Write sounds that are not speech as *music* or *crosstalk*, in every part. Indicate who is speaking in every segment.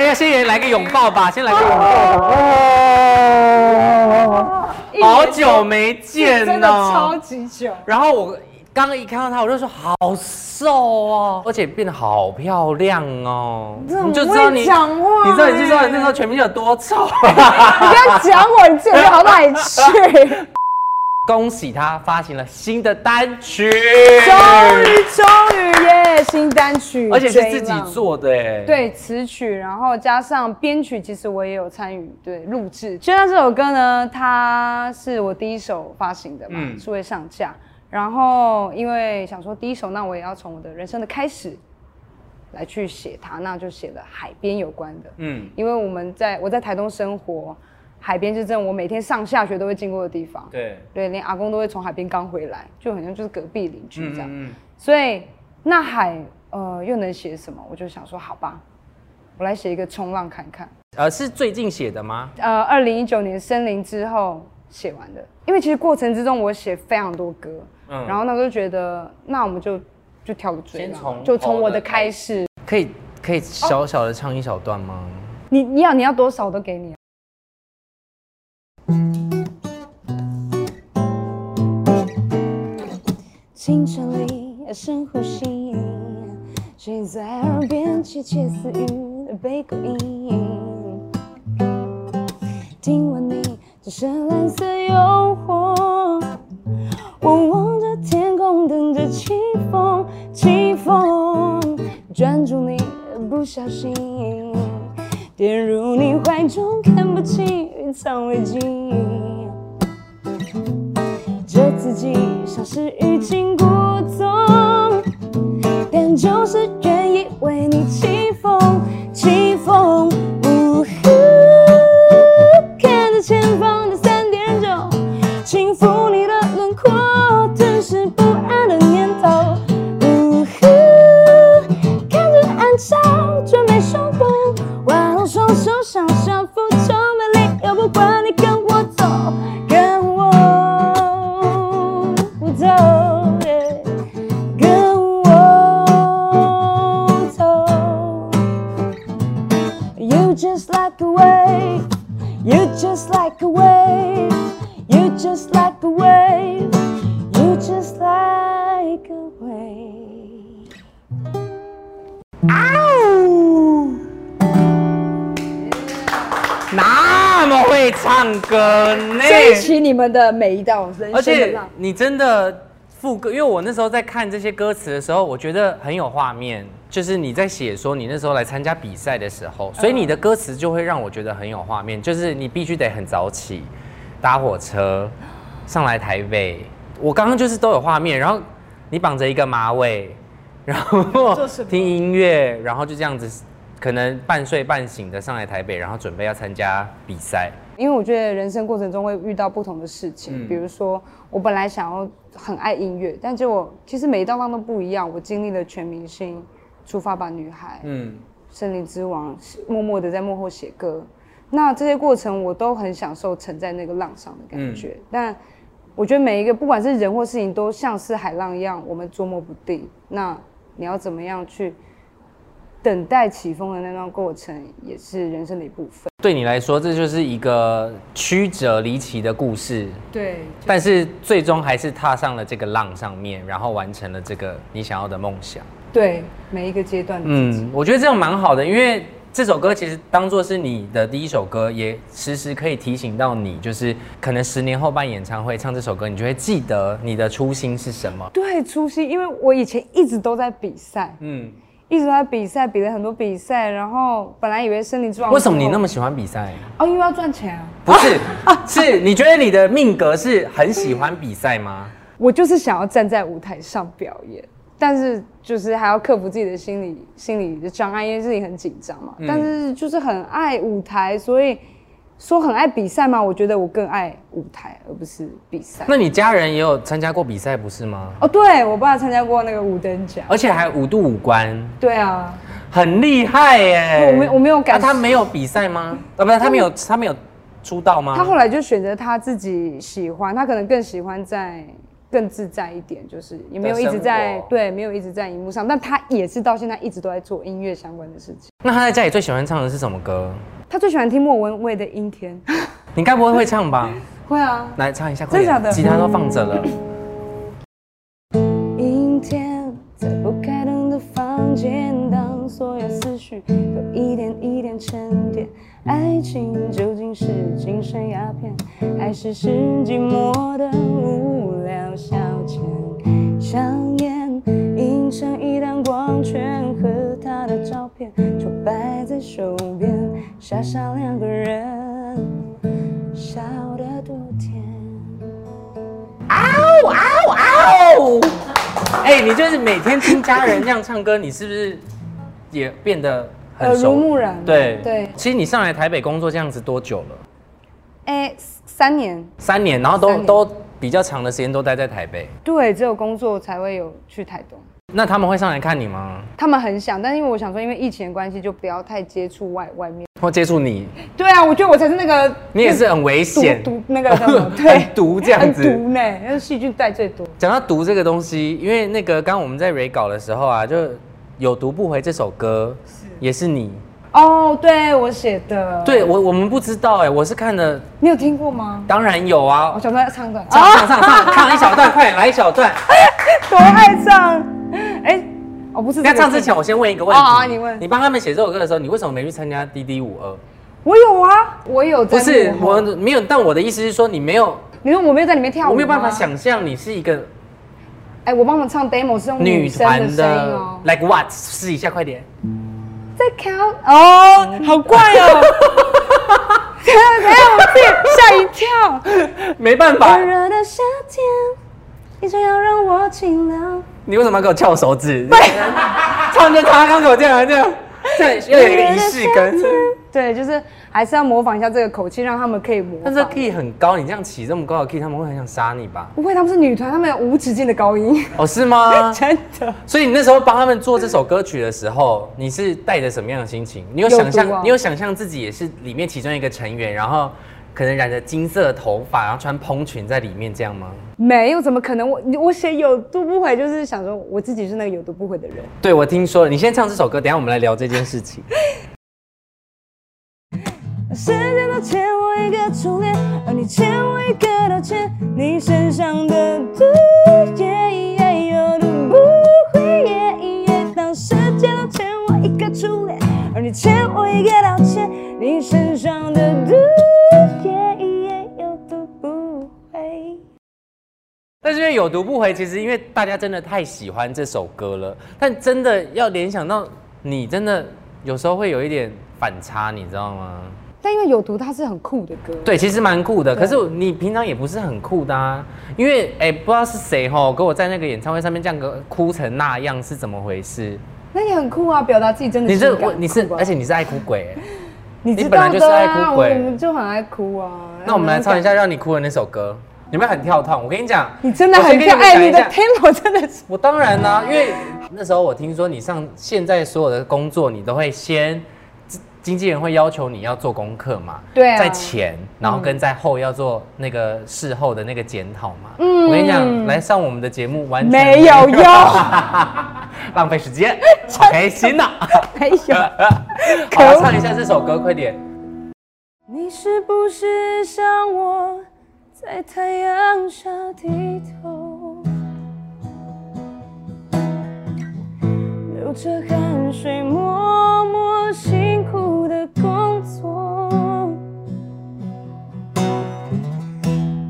Speaker 1: 个新哎人来个拥抱吧，先来个拥抱吧。
Speaker 2: 一年
Speaker 1: 好久没见
Speaker 2: 真的超
Speaker 1: 哦。
Speaker 2: 级久，
Speaker 1: 然后我刚刚一看到她，我就说好瘦哦，而且变得好漂亮哦。
Speaker 2: 真的
Speaker 1: 你就知道
Speaker 2: 很
Speaker 1: 你，
Speaker 2: 会讲话
Speaker 1: 你知道你就知道
Speaker 2: 哎
Speaker 1: 你那时候全明星有多丑。
Speaker 2: 你不要讲我，你自己好哪里去？
Speaker 1: 恭喜她发行了新的单曲，
Speaker 2: *laughs* 终于，终于耶！新单曲，
Speaker 1: 而且是自
Speaker 2: 追
Speaker 1: 己
Speaker 2: 浪。
Speaker 1: 做的哎。。
Speaker 2: 对词曲，然后加上编曲，其实我也有参与对录制。就像这首歌呢，它是我第一首发行的嘛，
Speaker 1: 嗯
Speaker 2: 是会上架。然后因为想说第一首，那我也要从我的人生的开始来去写它，那就写了海边有关的。
Speaker 1: 嗯，
Speaker 2: 因为我们在我在台东生活，海边是真的我每天上下学都会经过的地方。
Speaker 1: 对。
Speaker 2: 对，连阿公都会从海边刚回来，就很像就是隔壁邻居这样。
Speaker 1: 嗯嗯
Speaker 2: 所以那海呃又能写什么？我就想说，好吧，我来写一个冲浪看看。
Speaker 1: 呃，是最近写的吗？
Speaker 2: 呃，二零一九年森林之后写完的，因为其实过程之中我写非常多歌，
Speaker 1: 嗯
Speaker 2: 然后那时候觉得，那我们就就跳个追
Speaker 1: 先
Speaker 2: 浪
Speaker 1: 从
Speaker 2: 就从
Speaker 1: 头
Speaker 2: 我
Speaker 1: 的
Speaker 2: 的
Speaker 1: 开
Speaker 2: 开始。
Speaker 1: 可以可以
Speaker 2: 哦
Speaker 1: 小小的唱一小段吗？
Speaker 2: 你你要你要多少我都给你、清晨里深呼吸，谁在耳边窃窃私语的被勾引？今晚你只剩蓝色诱惑，我望着天空，等着起风，起风，专注你，不小心跌入你怀中，看不清云藏危机。这自己像是欲擒故纵，但就是愿意为你起风，起风。呜呼，看着前方的三点九，轻抚你的轮廓，吞噬不安的念头。呜呼，看着暗潮准备汹动，挽拢哦双手想象浮沉，没理由不管你跟我走，跟我走。yeah 跟我走。You just like a wave, you just like a wave, you just like a wave, you just like a wave. Ow!
Speaker 1: 那么会唱歌呢？
Speaker 2: 珍惜你们的每一道人
Speaker 1: 而
Speaker 2: 生的
Speaker 1: 且
Speaker 2: 浪。
Speaker 1: 你真的副歌，因为我那时候在看这些歌词的时候，我觉得很有画面，就是你在写说你那时候来参加比赛的时候，所以你的歌词就会让我觉得很有画面，就是你必须得很早起，搭火车上来台北。我刚刚就是都有画面，然后你绑着一个马尾，然后
Speaker 2: 做什么
Speaker 1: 听音乐，然后就这样子，可能半睡半醒的上来台北，然后准备要参加比赛。
Speaker 2: 因为我觉得人生过程中会遇到不同的事情，
Speaker 1: 嗯
Speaker 2: 比如说我本来想要很爱音乐，但结果其实每一道浪都不一样。我经历了全明星、出发吧女孩、
Speaker 1: 嗯，
Speaker 2: 森林之王，默默的在幕后写歌。那这些过程我都很享受沉在那个浪上的感觉，
Speaker 1: 嗯
Speaker 2: 但我觉得每一个不管是人或事情，都像是海浪一样，我们捉摸不定。那你要怎么样去等待起风的那段过程，也是人生的一部分。
Speaker 1: 对你来说，这就是一个曲折离奇的故事，
Speaker 2: 对，
Speaker 1: 但是最终还是踏上了这个浪上面，然后完成了这个你想要的梦想。
Speaker 2: 对每一个阶段的自己。
Speaker 1: 嗯，我觉得这样蛮好的，因为这首歌其实当做是你的第一首歌，也时时可以提醒到你，就是可能十年后办演唱会唱这首歌，你就会记得你的初心是什么。
Speaker 2: 对，初心，因为我以前一直都在比赛，
Speaker 1: 嗯，
Speaker 2: 一直都在比赛，比了很多比赛，然后本来以为森林之王
Speaker 1: 为什么你那
Speaker 2: 么
Speaker 1: 么喜欢比赛？
Speaker 2: 哦，因为要赚钱啊，
Speaker 1: *laughs* 不是，是你觉得你的命格是很喜欢比赛吗？
Speaker 2: 我就是想要站在舞台上表演，但是就是还要克服自己的心理心理的障碍，因为自己很紧张嘛，
Speaker 1: 嗯
Speaker 2: 但是就是很爱舞台，所以说很爱比赛嘛，我觉得我更爱舞台而不是比赛。
Speaker 1: *laughs* 那你家人也有参加过比赛不是吗？
Speaker 2: 哦，对我爸参加过那个五等奖，
Speaker 1: 而且还五度五关，
Speaker 2: 对啊，
Speaker 1: 很厉害耶！
Speaker 2: 我没我没有感
Speaker 1: 啊他没有比赛吗？啊，不是，他没有，他没有出道吗？
Speaker 2: 他后来就选择他自己喜欢，他可能更喜欢在更自在一点，就是也没有一直
Speaker 1: 在生
Speaker 2: 在
Speaker 1: 活
Speaker 2: 对，没有一直在荧幕上，但他也是到现在一直都在做音乐相关的事情。
Speaker 1: 那他在家里最喜欢唱的是什么歌？
Speaker 2: 他最喜欢听莫文蔚的《阴天》，
Speaker 1: 你该不会会唱
Speaker 2: *laughs*
Speaker 1: 吧？
Speaker 2: 会啊，
Speaker 1: 来唱一下，快
Speaker 2: 真的假
Speaker 1: 点，
Speaker 2: 的嗯
Speaker 1: 吉他都放着了。
Speaker 2: 阴天，在不开灯的房间，当所有思绪都一点一点沉淀，爱情究竟是精神鸦片，还是是寂寞的无聊消遣？香烟映成一道光圈，和他的照片就摆在手边，傻傻两个人笑得多甜。
Speaker 1: 哎、你就是每天听家人这样唱歌，你是不是也变得很
Speaker 2: 耳
Speaker 1: 熟？
Speaker 2: 濡目染
Speaker 1: 对
Speaker 2: 对
Speaker 1: 其实你上来台北工作这样子多久了？
Speaker 2: 哎、三年，
Speaker 1: 三年，然后
Speaker 2: 三
Speaker 1: 都
Speaker 2: 年
Speaker 1: 都比较长的时间都待在台北。
Speaker 2: 对，只有工作才会有去台东。
Speaker 1: 那他们会上来看你吗？
Speaker 2: 他们很想，但因为我想说，因为疫情的关系，就不要太接触外外面。
Speaker 1: 或接触你？
Speaker 2: 对啊，我觉得我才是那个
Speaker 1: 你也是很危
Speaker 2: 毒
Speaker 1: 险，，
Speaker 2: 毒 *laughs* 那个叫什么？对
Speaker 1: *laughs* 毒这样子
Speaker 2: 哦很毒呢，那细菌带最多。
Speaker 1: 讲到毒这个东西，因为那个刚刚我们在 re 稿的时候啊，就有毒不回这首歌，也是你。
Speaker 2: 哦，对我写的，，
Speaker 1: 对我我们不知道哎、我是看的，
Speaker 2: 你有听过吗？哦
Speaker 1: 当然有啊
Speaker 2: 我，想说要唱段，
Speaker 1: 唱唱唱唱唱一小段，快点来一小
Speaker 2: *laughs*
Speaker 1: 段。
Speaker 2: 多爱唱。哎，哦，不是，
Speaker 1: 那唱之前，，我先问一个问题。
Speaker 2: 哦好你问
Speaker 1: 你帮他们写这首歌的时候，你为什么没去参加 D D 五二？
Speaker 2: 我有啊，我有在
Speaker 1: 不是
Speaker 2: 幕，后
Speaker 1: 我，没有。但我的意思是说，你没有，
Speaker 2: 你说我没有在里面跳舞，
Speaker 1: 我没有办法。想象你是一个
Speaker 2: 哎，我帮忙唱 demo 是用
Speaker 1: 女
Speaker 2: 女生的
Speaker 1: 团
Speaker 2: 声音
Speaker 1: 的
Speaker 2: 哦。
Speaker 1: ，like what？试一下，快点。
Speaker 2: 在 count 哦，
Speaker 1: 嗯
Speaker 2: 好怪哦。
Speaker 1: *laughs*
Speaker 2: 没有，我自己吓一跳。 *laughs*
Speaker 1: 没办法
Speaker 2: 温，热的夏天，你就要让我清凉。
Speaker 1: 你为什么要给我翘手指？对，唱着他刚给我这样这样，这样要有一个仪式感。
Speaker 2: 对，就是还是要模仿一下这个口气，让他们可以模
Speaker 1: 但是
Speaker 2: 仿。
Speaker 1: key 很高，你这样起这么高的 key，他们会很想杀你吧？
Speaker 2: 不会，他们是女团，他们有无止境的
Speaker 1: *laughs*
Speaker 2: 高音，
Speaker 1: 哦，是吗？
Speaker 2: 真的。
Speaker 1: 所以你那时候帮他们做这首歌曲的时候，你是带着什么样的心情？你有想
Speaker 2: 有毒啊
Speaker 1: 象，你有想象自己也是里面其中一个成员，然后可能染着金色的头发，然后穿蓬裙在里面这样吗？
Speaker 2: 没有，怎么可能？我我写有毒不悔，就是想说我自己是那个有毒不悔的人。
Speaker 1: 对，我听说了。你先唱这首歌，等一下我们来聊这件事情。
Speaker 2: 时间都欠我一个初恋，而你欠我一个道歉。你身上的毒也有毒不会也，当时间都欠我一个初恋，而你欠我一个道歉。你身上的毒也有毒不会。
Speaker 1: 但是因为有毒不回，其实因为大家真的太喜欢这首歌了，但真的要联想到你，真的有时候会有一点反差，你知道吗？
Speaker 2: 但因为有毒，它是很酷的歌。
Speaker 1: 对，其实蛮酷的。可是你平常也不是很酷的啊，因为哎、不知道是谁吼，跟我在那个演唱会上面这样个哭成那样是怎么回事？
Speaker 2: 那也很酷啊，表达自己真的
Speaker 1: 你
Speaker 2: 情
Speaker 1: 这
Speaker 2: 感
Speaker 1: 我你是
Speaker 2: 酷，吧
Speaker 1: 而且你是爱哭鬼欸、
Speaker 2: 你知
Speaker 1: 本来
Speaker 2: 道
Speaker 1: 就是
Speaker 2: 的
Speaker 1: 爱
Speaker 2: 啊，
Speaker 1: 哭
Speaker 2: 我
Speaker 1: 鬼
Speaker 2: 们就很爱哭啊。
Speaker 1: 那我们来唱一
Speaker 2: 下，
Speaker 1: 下让你哭的那首歌，你们很跳痛。我跟你讲，
Speaker 2: 你真的
Speaker 1: 我先
Speaker 2: 很
Speaker 1: 跟你
Speaker 2: 跳，
Speaker 1: 们讲
Speaker 2: 哎，
Speaker 1: 一
Speaker 2: 你的
Speaker 1: 下
Speaker 2: tempo 真的是。
Speaker 1: 我当然啦、因为那时候我听说你上现在所有的工作，你都会先经经纪人会要求你要做功课嘛，
Speaker 2: 对啊嗯
Speaker 1: 在前，然后跟在后要做那个事后的那个检讨嘛。
Speaker 2: 嗯
Speaker 1: 我跟你讲，来上我们的节目完全
Speaker 2: 没有用，
Speaker 1: *laughs* 浪费时间，好开心
Speaker 2: *laughs*
Speaker 1: 呐、
Speaker 2: 没有。
Speaker 1: *laughs* 好了，唱一下这首歌，快点。
Speaker 2: 你是不是像我，在太阳下低头，流着汗水，默默辛苦的工作？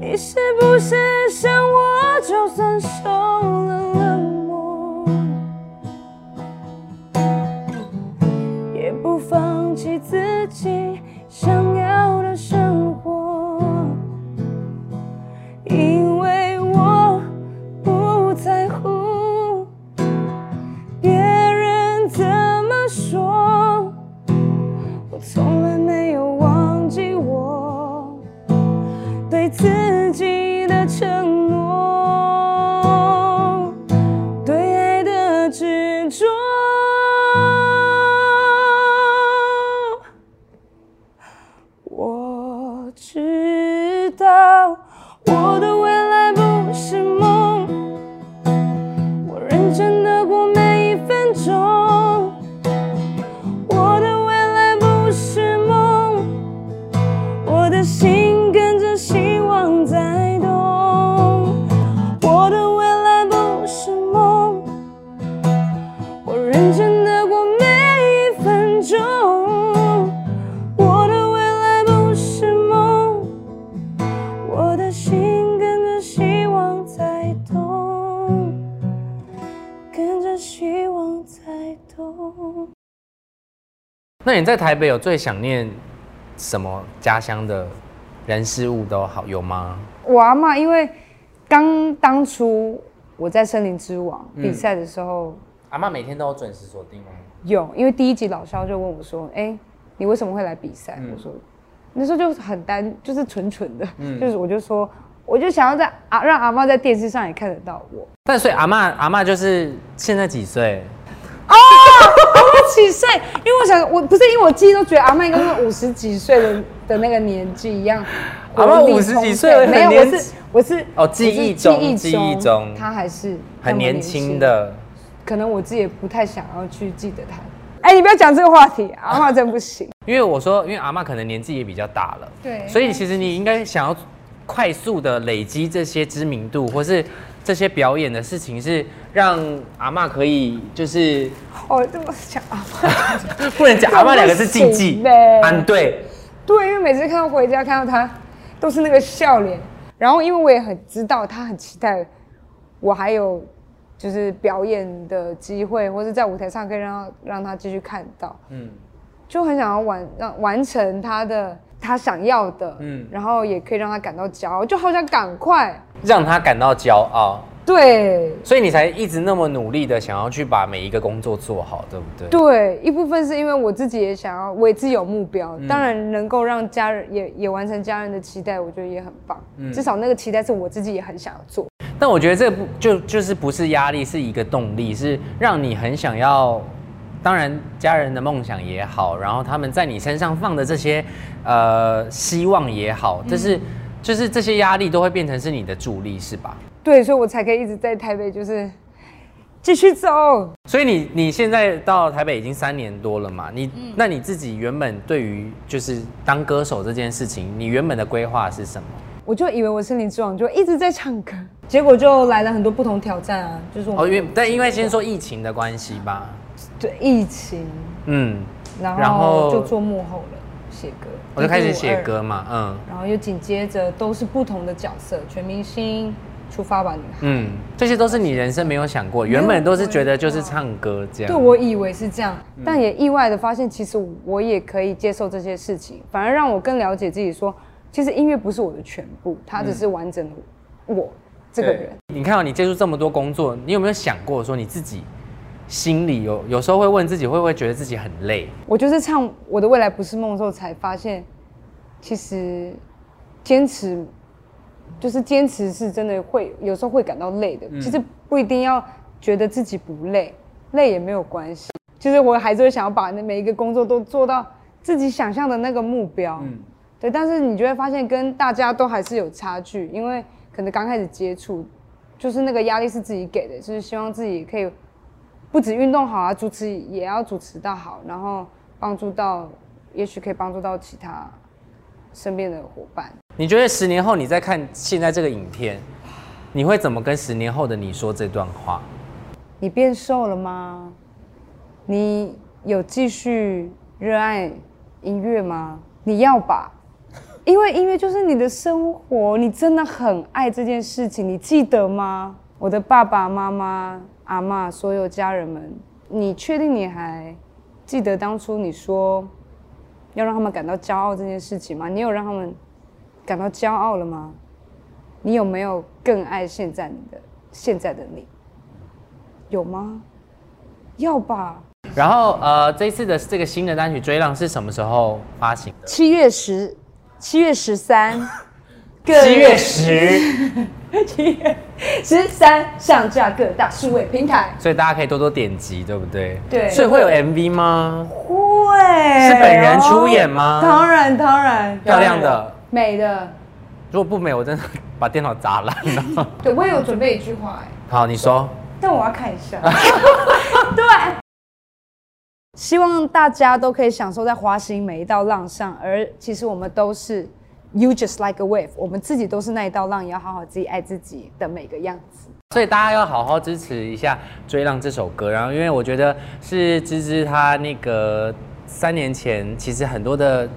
Speaker 2: 你是不是像我，就算受了冷漠？也不放弃自己想要的生活，因为我不在乎别人怎么说，我从来没有忘记我对自己的承诺。对爱的执着。我知道我的未来不是梦，
Speaker 1: 那你在台北有最想念什么家乡的人事物都好有吗？
Speaker 2: 我阿嬷因为刚当初我在《森林之王》
Speaker 1: 嗯
Speaker 2: 比赛的时候，
Speaker 1: 阿妈每天都有准时锁定吗？
Speaker 2: 有，因为第一集老肖就问我说：“哎、你为什么会来比赛？”
Speaker 1: 嗯
Speaker 2: 我说：“那时候就很单，就是蠢蠢的，
Speaker 1: 嗯
Speaker 2: 就是我就说，我就想要在啊让阿妈在电视上也看得到我。
Speaker 1: 但所以阿妈阿妈就是现在几岁？
Speaker 2: 我几岁？因为我想，我不是因为我记忆都觉得阿妈应该是五十几岁的的那个年纪一样。
Speaker 1: 阿嬷
Speaker 2: 活力
Speaker 1: 50几
Speaker 2: 充
Speaker 1: 岁
Speaker 2: 沛
Speaker 1: 很
Speaker 2: 没有，我
Speaker 1: 年
Speaker 2: 是我是
Speaker 1: 哦记忆中
Speaker 2: 我是
Speaker 1: 记忆中
Speaker 2: 她还是那
Speaker 1: 很
Speaker 2: 么
Speaker 1: 年轻。的。
Speaker 2: 可能我自己也不太想要去记得他。哎、你不要讲这个话题，阿妈真不行。
Speaker 1: 因为我说，因为阿妈可能年纪也比较大了，
Speaker 2: 对
Speaker 1: 所以其实你应该想要快速的累积这些知名度，或是这些表演的事情，是让阿妈可以就是
Speaker 2: *laughs* 哦，这么讲阿妈，
Speaker 1: 不能讲阿妈两个是禁忌
Speaker 2: 不行呗，
Speaker 1: 安对，
Speaker 2: 对，因为每次看到回家看到他，都是那个笑脸。然后因为我也很知道他很期待我还有就是表演的机会，或是在舞台上可以让他让他继续看到，
Speaker 1: 嗯，
Speaker 2: 就很想要完让完成他的他想要的，
Speaker 1: 嗯
Speaker 2: 嗯，然后也可以让他感到骄傲，就好想赶快，
Speaker 1: 让她感到骄傲，
Speaker 2: 对，
Speaker 1: 所以你才一直那么努力的想要去把每一个工作做好，对不对？
Speaker 2: 对，一部分是因为我自己也想要，我也自己有目标，
Speaker 1: 嗯
Speaker 2: 当然能够让家人也也完成家人的期待，我觉得也很棒。
Speaker 1: 嗯
Speaker 2: 至少那个期待是我自己也很想要做。
Speaker 1: 但我觉得这不就就是不是压力，是一个动力，是让你很想要。当然，家人的梦想也好，然后他们在你身上放的这些呃希望也好，
Speaker 2: 嗯
Speaker 1: 就是、就是这些压力都会变成是你的助力，是吧？
Speaker 2: 对，所以我才可以一直在台北，就是继续走。
Speaker 1: 所以你你现在到台北已经三年多了嘛？你、
Speaker 2: 嗯
Speaker 1: 那你自己原本对于就是当歌手这件事情，你原本的规划是什么？
Speaker 2: 我就以为我森林之王，就一直在唱歌，结果就来了很多不同挑战啊，就是我
Speaker 1: 哦，因
Speaker 2: 们
Speaker 1: 为但因为先说疫情的关系吧，
Speaker 2: 对疫情，
Speaker 1: 嗯，然
Speaker 2: 然
Speaker 1: 后
Speaker 2: 后就做幕后了，写歌，
Speaker 1: 我就开始
Speaker 2: 一五
Speaker 1: 写
Speaker 2: 二
Speaker 1: 歌嘛，嗯。
Speaker 2: 然后又紧接着都是不同的角色，全明星、出发吧女孩。
Speaker 1: 嗯，这些都是你人生没有想过，原本都是觉得就是唱歌这样。嗯
Speaker 2: 对，我以为是这样，但也意外的发现，其实我也可以接受这些事情，反而让我更了解自己说其实音乐不是我的全部，它
Speaker 1: 嗯
Speaker 2: 只是完整的我这个人。
Speaker 1: 你看到哦你接触这么多工作，你有没有想过说你自己心里有有时候会问自己会不会觉得自己很累？
Speaker 2: 我就是唱《我的未来不是梦》之后，才发现，其实坚持，就是坚持是真的会有时候会感到累的。其实不一定要觉得自己不累，累也没有关系。其实我还是会想要把那每一个工作都做到自己想象的那个目标。嗯，对。但是你就会发现跟大家都还是有差距，因为可能刚开始接触，就是那个压力是自己给的，就是希望自己可以不止运动好啊，主持也要主持到好，然后帮助到，也许可以帮助到其他身边的伙伴。
Speaker 1: 你觉得十年后你再看现在这个影片，你会怎么跟十年后的你说这段话？
Speaker 2: 你变瘦了吗？你有继续热爱音乐吗？你要吧，因为音乐就是你的生活，你真的很爱这件事情，你记得吗？我的爸爸妈妈、阿嬷，所有家人们，你确定你还记得当初你说要让他们感到骄傲这件事情吗？你有让他们感到骄傲了吗？你有没有更爱现在你的现在的你？有吗？要吧。
Speaker 1: 然后呃，这次的这个新的单曲《追浪》是什么时候发行的？
Speaker 2: 七月十，七月十三，
Speaker 1: *laughs* 七月十，
Speaker 2: 七月十三上架各大数位平台。
Speaker 1: 所以大家可以多多点击，对不对？
Speaker 2: 对
Speaker 1: 所以会有 MV 吗？
Speaker 2: 会
Speaker 1: 是本人出演吗
Speaker 2: 哦当然，当然，
Speaker 1: 漂亮的，
Speaker 2: 美的。
Speaker 1: 如果不美，我真的把电脑砸烂了。 *laughs*
Speaker 2: 对，我也有准备一句话哎，
Speaker 1: 好，你说。
Speaker 2: 但我要看一下。对，啊希望大家都可以享受在滑行每一道浪上，而其实我们都是 you just like a wave，我们自己都是那一道浪，也要好好自己爱自己的每个样子。
Speaker 1: 所以大家要好好支持一下《追浪》这首歌，然后因为我觉得是芝芝她那个三年前其实很多的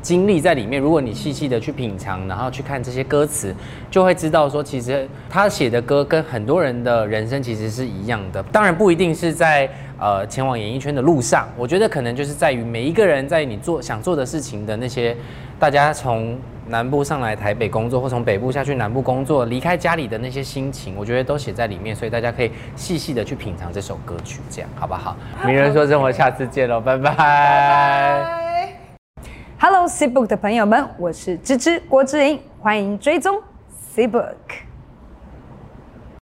Speaker 1: 经历在里面，如果你细细的去品尝，然后去看这些歌词，就会知道说其实她写的歌跟很多人的人生其实是一样的，当然不一定是在呃前往演艺圈的路上，我觉得可能就是在于每一个人在你做想做的事情的那些，大家从南部上来台北工作，或从北部下去南部工作，离开家里的那些心情，我觉得都写在里面，所以大家可以细细的去品尝这首歌曲，这样好不好？名人说生活，下次见喽，拜拜
Speaker 2: Hello C Book 的朋友们，我是芝芝郭志颖，欢迎追踪 C Book。